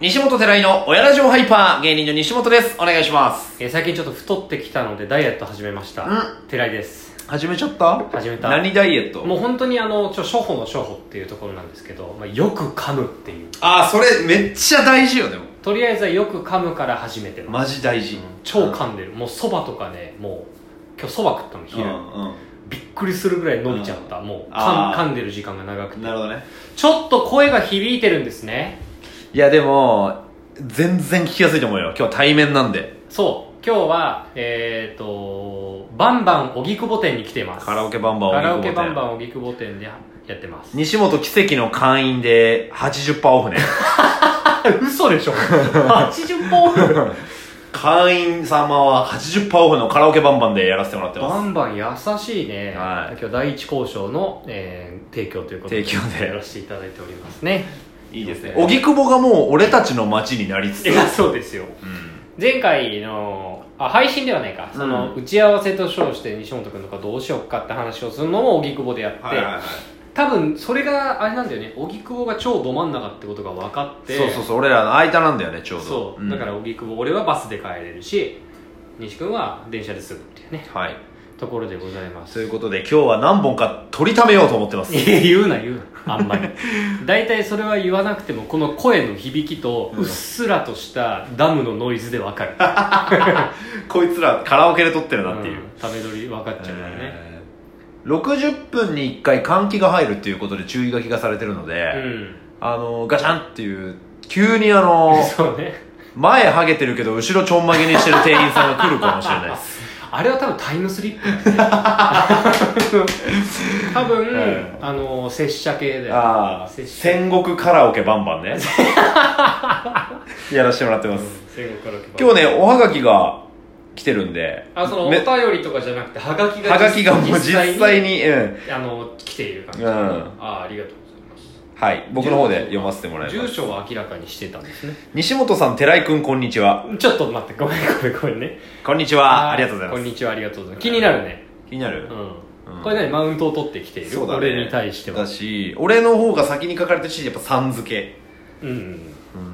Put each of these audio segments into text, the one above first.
西本寺井の親ラジオハイパー、芸人の西本です。お願いします。えー最近ちょっと太ってきたのでダイエット始めました、う寺井です始めちゃった始めた何ダイエットもう本当にあのちょ初歩の初歩っていうところなんですけど、まあ、よく噛むっていうああ、それめっちゃ大事よ、でも。とりあえずはよく噛むから始めてます、マジ大事。超噛んでるもうそばとかねもう今日そば食ったのうん昼、うんびっくりするぐらい伸びちゃった、もう噛あんー噛んでる時間が長くてなるほどね。ちょっと声が響いてるんですねいや、でも、全然聞きやすいと思うよ。今日対面なんで。そう今日はえっ、とバンバン荻窪店に来ていますカラオケバンバンカラオケバンバン。ン荻窪店でやってます西本奇跡の会員で80%オフ ね。嘘 でしょ80本会員様は80%オフのカラオケバンバンでやらせてもらってバます。ンバン優しいね、はい今日第一交渉の、えー提供ということで提供でやらせていただいております ねいいですね。荻窪がもう俺たちの街になりついつ。やそうですようん前回のあ配信ではないかその、う打ち合わせと称して西本君とかどうしようかって話をするのも荻窪でやって、い多分それがあれなんだよね荻窪が超ど真ん中ってことが分かってそうそうそう俺らの間なんだよねちょうどそうんだから荻窪、俺はバスで帰れるし西君は電車ですぐっていうねはいところでございますということで今日は何本か取りためようと思ってますいや 言うな言うなあん まり大体それは言わなくてもこの声の響きとうんうっすらとしたダムのノイズで分かる こいつらカラオケで撮ってるなっていう、うんため撮り分かっちゃうからねえー60分に1回換気が入るっていうことで注意書きがされてるのうで、んあのガチャンっていう急にあ のそうね前ハゲてるけど後ろちょんまげにしてる店員さんが来るかもしれないです あれは多分タイムスリップ だよね多分、えあの拙者系だよああ接触戦国カラオケバンバ ンねやらせてもらってます戦国から今日ねおはがきが来てるんであそのおめ便りとかじゃなくてはがきがはがきがもう実際にうん、あの来ている感じ、うんああありがとうございますはい僕の方で読ませてもらいま住す所は明らかにしてたんですね西本さん寺井くんこんにちはちょっと待ってごめんごめんごめんねこんにちはありがとうございまこんすにちはありがとうございます気になるね気になるう、ん、うんこれ何マウントを取ってきている、そうだね俺に対してはだし俺の方が先に書かれてるしやっぱさん付けうん、うん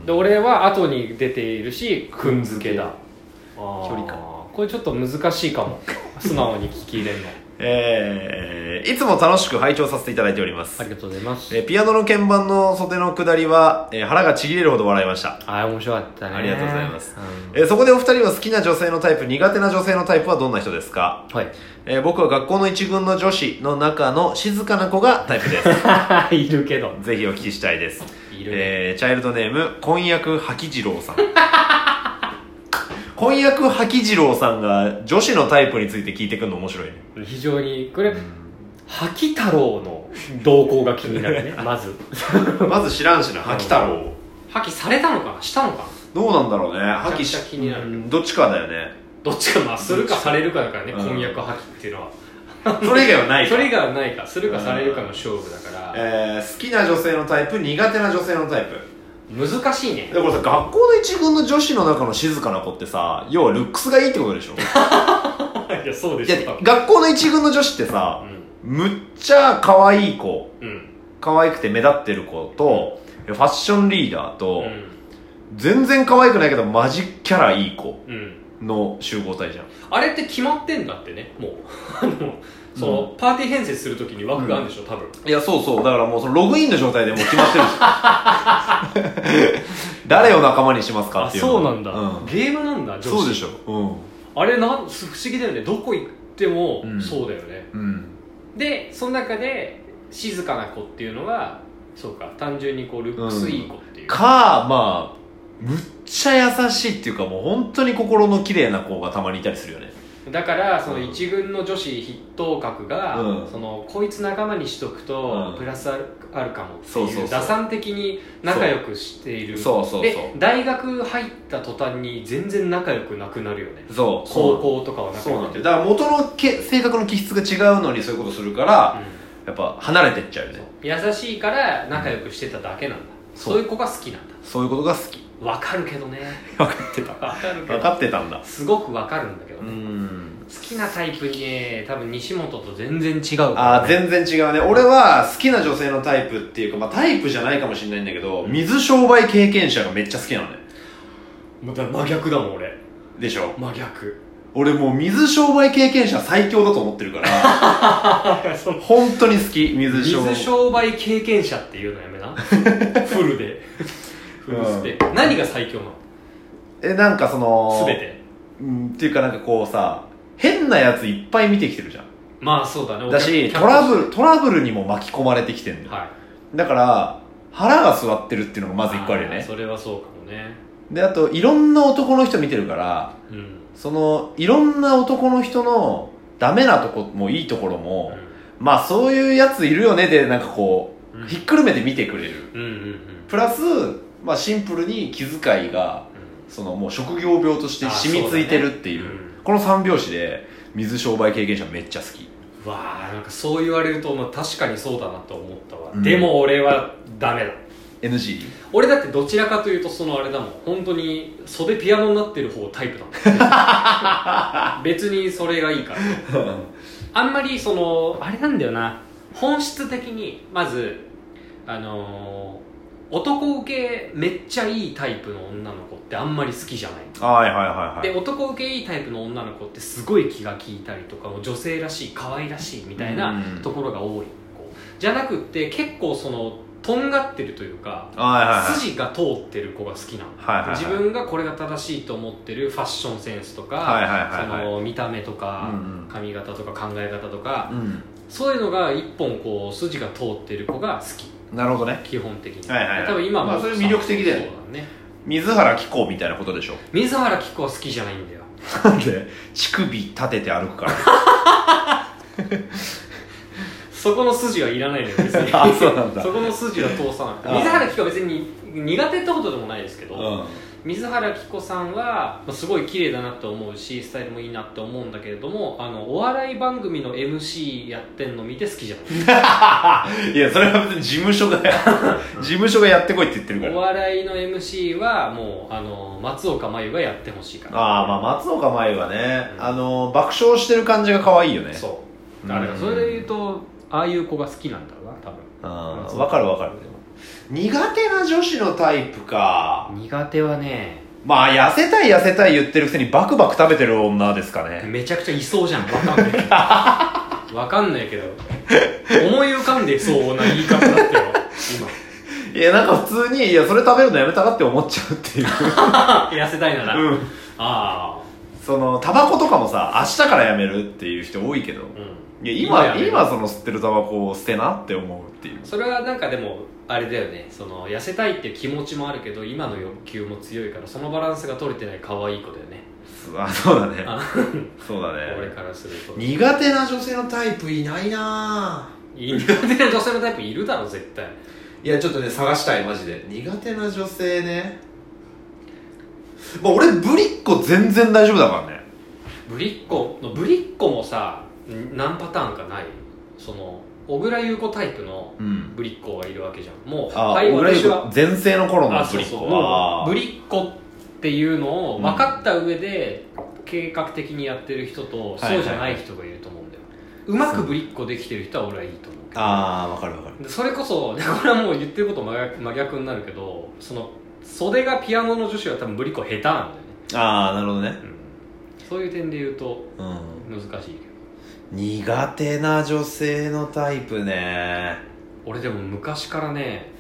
で俺は後に出ているしくんづけだ距距離これちょっと難しい かも素直に聞き入れるのえー、いつも楽しく拝聴させていただいております、ありがとうございますえーピアノの鍵盤の袖の下りは、えー腹がちぎれるほど笑いました、ああ面白かったねありがとうございますうんえーそこでお二人は好きな女性のタイプ苦手な女性のタイプはどんな人ですかはいえー僕は学校の一軍の女子の中の静かな子がタイプですい るけどぜひお聞きしたいです、いる、えーチャイルドネーム婚約覇気次郎さん 婚約覇気次郎さんが女子のタイプについて聞いてくるの面白いね非常にこれ覇気太郎の動向が気にな るねまずまず知らんしな覇気太郎破棄されたのかなしたのかなどうなんだろうね覇気めちゃくちゃ気になるうんどっちかだよねどっちかまあするかされるかだからねうん婚約破棄っていうのはそれ以外はないかそれ以外はないかするかされるかの勝負だからえー好きな女性のタイプ苦手な女性のタイプ難しいねでこれさ学校の一軍の女子の中の静かな子ってさ要はルックスがいいってことで しょいやそう でいや学校の一軍の女子ってさうんむっちゃ可愛い子うん可愛くて目立ってる子とファッションリーダーと、うん全然可愛くないけどマジキャラいい子うんの集合体じゃんあれって決まってんだってねもう あのそのパーティー編成するときに枠があるんでしょ多分いやそうそうだからもうそのログインの状態でもう決まってるし 誰を仲間にしますかあっていうのそうなんだうんゲームなんだ女子そうでしょあれなん不思議だよねどこ行ってもうんそうだよねうんうんでその中で静かな子っていうのはそうか単純にこうルックスいい子っていう、かまあむっちゃ優しいっていうかもう本当に心の綺麗な子がたまにいたりするよねだからそうのん一軍の女子筆頭格が、うんそのこいつ仲間にしとくと、うんプラスあるあるかもっていうそうそうそう打算的に仲良くしているそうそうそうで大学入った途端に全然仲良くなくなるよねそう高校とかは仲そう良なんくだよだから元のけ性格の気質が違うのにそういうことするからやっぱ離れてっちゃうよねうん優しいから仲良くしてただけなんだ、そうそういう子が好きなんだそういうことが 好きわかるけどね分かってたわかる分けどかってたんだすごくわかるんだけどうね、んきなタイプにね多分西本と全然違うからあね、あ全然違うね俺は好きな女性のタイプっていうか、まあ、タイプじゃないかもしれないんだけど水商売経験者がめっちゃ好きなのねまた真逆だもん俺でしょ真逆俺もう水商売経験者最強だと思ってるから そう本当に好き水商水売商売経験者っていうのや めなフルでフルステ、何が最強なえなんかそのの全てうん、っていうかなんかこうさ変なやついっぱい見てきてるじゃんまあそうだねだしトラブルルトラブルにも巻き込まれてきてんの、はいだから腹が据わってるっていうのがまず一個あるよーねそれはそうかもねであといろんな男の人見てるからうん、そのいろんな男の人のダメなとこもいいところも、まあそういうやついるよねでなんかこうんうひっくるめて見てくれるうんうんうんプラス、まあ、シンプルに気遣いがそのもう職業病としてあ染みついてるっていうそうだねうんこの三拍子で水商売経験者めっちゃ好きうんわあなんかそう言われると、まあ、確かにそうだなと思ったわ、うんでも俺はダメだ NG? 俺だってどちらかというとそのあれだもん本当に袖ピアノになってる方タイプだ もん別にそれがいいからあんまりそのあれなんだよな本質的にまずあのー男受けめっちゃいいタイプの女の子ってあんまり好きじゃないはいはいはいはいで男受けいいタイプの女の子ってすごい気が利いたりとか女性らしい可愛らしいみたいなうんところが多い子じゃなくって結構そのとんがってるというかはいはいはい筋が通ってる子が好きなの、はいはいはい自分がこれが正しいと思ってるファッションセンスとか、はいはいはいはいその見た目とか、うんうん髪型とか考え方とか、うんそういうのが一本こう筋が通ってる子が好きなるほどね基本的に、はいはいはい多分今も、まあそれ魅力的だよねそうだね水原希子みたいなことでしょ水原希子は好きじゃないんだよなんで乳首立てて歩くからそこの筋はいらないのよ別 にあそうなんだそこの筋は通さなあい水原希子は別に苦手ってことでもないですけ ど、うん水原希子さんはまあすごい綺麗だなと思うしスタイルもいいなって思うんだけれどもあのお笑い番組の MC やってんの見て好きじゃ ないいやそれは別に事務所が 事務所がやってこいって言ってるかおら笑いの MC はもうあの松岡真優がやってほしいからああまあ松岡茉優はね、うんあの爆笑してる感じが可愛いよねそううんだからそれで言うとああいう子が好きなんだろうな多分あ松ー岡わかるわかるでも苦手な女子のタイプか苦手はねまあ痩せたい痩せたい言ってるくせにバクバク食べてる女ですかねめちゃくちゃいそうじゃんわかんないけどわかんないけど思い浮かんでそうな言い方だったよいやなんか普通にいやそれ食べるのやめたらって思っちゃうっていう今痩せたいなら、あ うんあそのタバコとかもさ明日からやめるっていう人多いけどーうんいや今やめ今るその吸ってるタバコを捨てなって思うっていうそれはなんかでもあれだよねその痩せたいって気持ちもあるけど今の欲求も強いからそのバランスが取れてない可愛い子だよねあそうだねあそうだ俺ねからすると苦手な女性のタイプいないない苦手な女性のタイプいるだろ絶対ぁいやちょっとね探したいマジで苦手な女性ねまあ俺ぶりっ子全然大丈夫だからねぶりっ子のぶりっ子もさん何パターンかないその小倉優子タイプのうんぶりっ子がいるわけじゃんもうあ、はい俺私は全盛の頃のあぶそうりっそう子もはうぶりっ子っていうのを分かった上で計画的にやってる人と、いそうじゃない人がいると思うんだよ、うまくぶりっ子できてる人は俺はいいと思うけどああわかるわかるでそれこそ でこれはもう言ってること真逆真逆になるけどその袖がピアノの女子は多分ぶりっ子下手なんだよね、ああなるほどねうんそういう点で言うとうん難しいけど苦手な女性のタイプね俺でも昔からね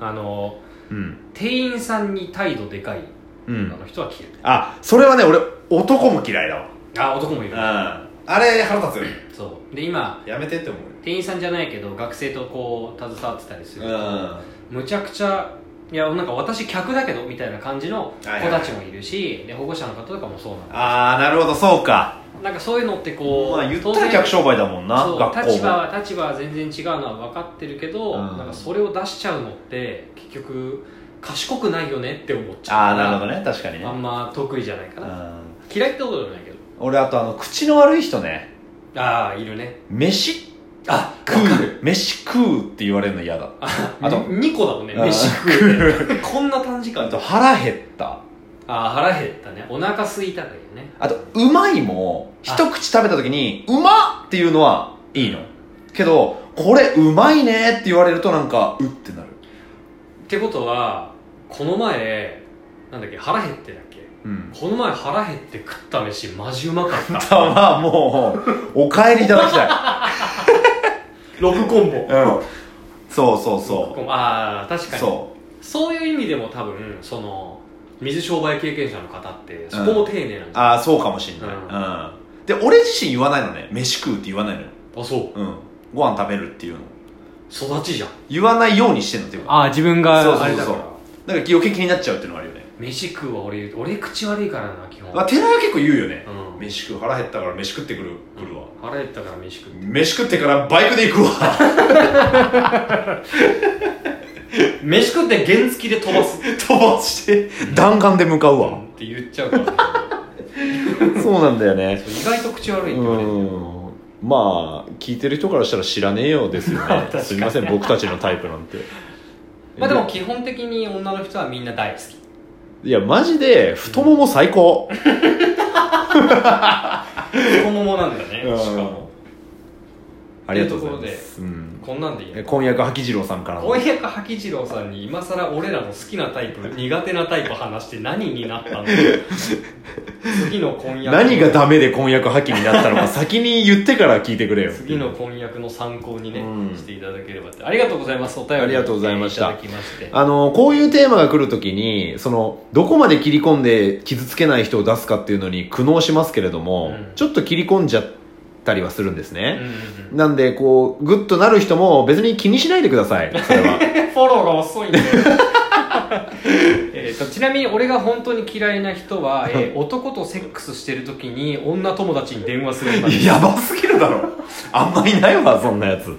あのうん店員さんに態度でかいうん女の人は嫌い、あそれはね俺男も嫌いだわあ男もいるあれ腹立そうで今つやめてって思う店員さんじゃないけど学生とこう携わってたりする、うんむちゃくちゃいやなんか私客だけどみたいな感じの子たちもいるし、で保護者の方とかもそうなんだああなるほどそうかなんかそういうのってこう、まあ言ったら客商売だもんなそう学立校場もは立場は全然違うのは分かってるけど、うんなんかそれを出しちゃうのって結局賢くないよねって思っちあゃあうからなるほどね確かにねあんま得意じゃないかうな、ん嫌いってことじゃないけど俺あとあの口の悪い人ねああいるね飯あ食わかるう飯食うって言われるの嫌だああと2個だもんねうん 飯食うねこんな短時あ間と腹減ったあー腹減ったねお腹空いたからいいよねあと、うまいも、一口食べた時に、うまっっていうのはいいの。けど、これうまいねって言われるとなんか、うってなる。ってことはこの前なんだっけ腹減ってだっけうん。この前腹減って食った飯マジうまかっ たたまあもう、お帰りいただきたい。 6コンボうん。そうそうそああ確う。かにそそういう意味でも多分その水商売経験者の方ってそこも丁寧なう。んじゃないああ、そうかもしんない。ううん。で、俺自身言わないのね。飯食うって言わないのよ。あそううん。ご飯食べるっていうの。育ちじゃん言わないようにしてんのっていうか。あ自分そうそうそう。なんか余計気になっちゃうっていうのがあるよね。飯食うは俺俺口悪いからな基本まあ、寺は結構言うよね。うん飯食う。腹減ったから飯食ってくる、くるわ。腹減ったから飯食う飯食ってからバイクで行くわ 飯食って原付きで飛ばす飛ばして弾丸で向かうわって言っちゃうから そうなんだよねそう意外と口悪いっうて言われるんまあ聞いてる人からしたら知らねえようです よねすみません僕たちのタイプなんてまあでも基本的に女の人はみんな大好きいやマジで太もも最高、太ももなんだねうんしかもありがとうございますうんこんなんでいいえの婚約はきじろうさんからの婚約破棄次郎さんに今さら俺らの好きなタイプ苦手なタイプ話して何に なったの次の婚約何がダメで婚約破棄になったの か先に言ってから聞いてくれよ次の婚約の参考にね、うんしていただければってありがとうございますお便りありがとうございましたいただきましてあのこういうテーマが来るときにそのどこまで切り込んで傷つけない人を出すかっていうのに苦悩しますけれども、うんちょっと切り込んじゃったりはするんですうんうんね、うんなんでこうグッとなる人も別に気にしないでくださいそれ はフォローが遅いんだよえーとちなみに俺が本当に嫌いな人は、えー男とセックスしてる時に女友達に電話するんだやばすぎるだろあんまいないわそんなやつ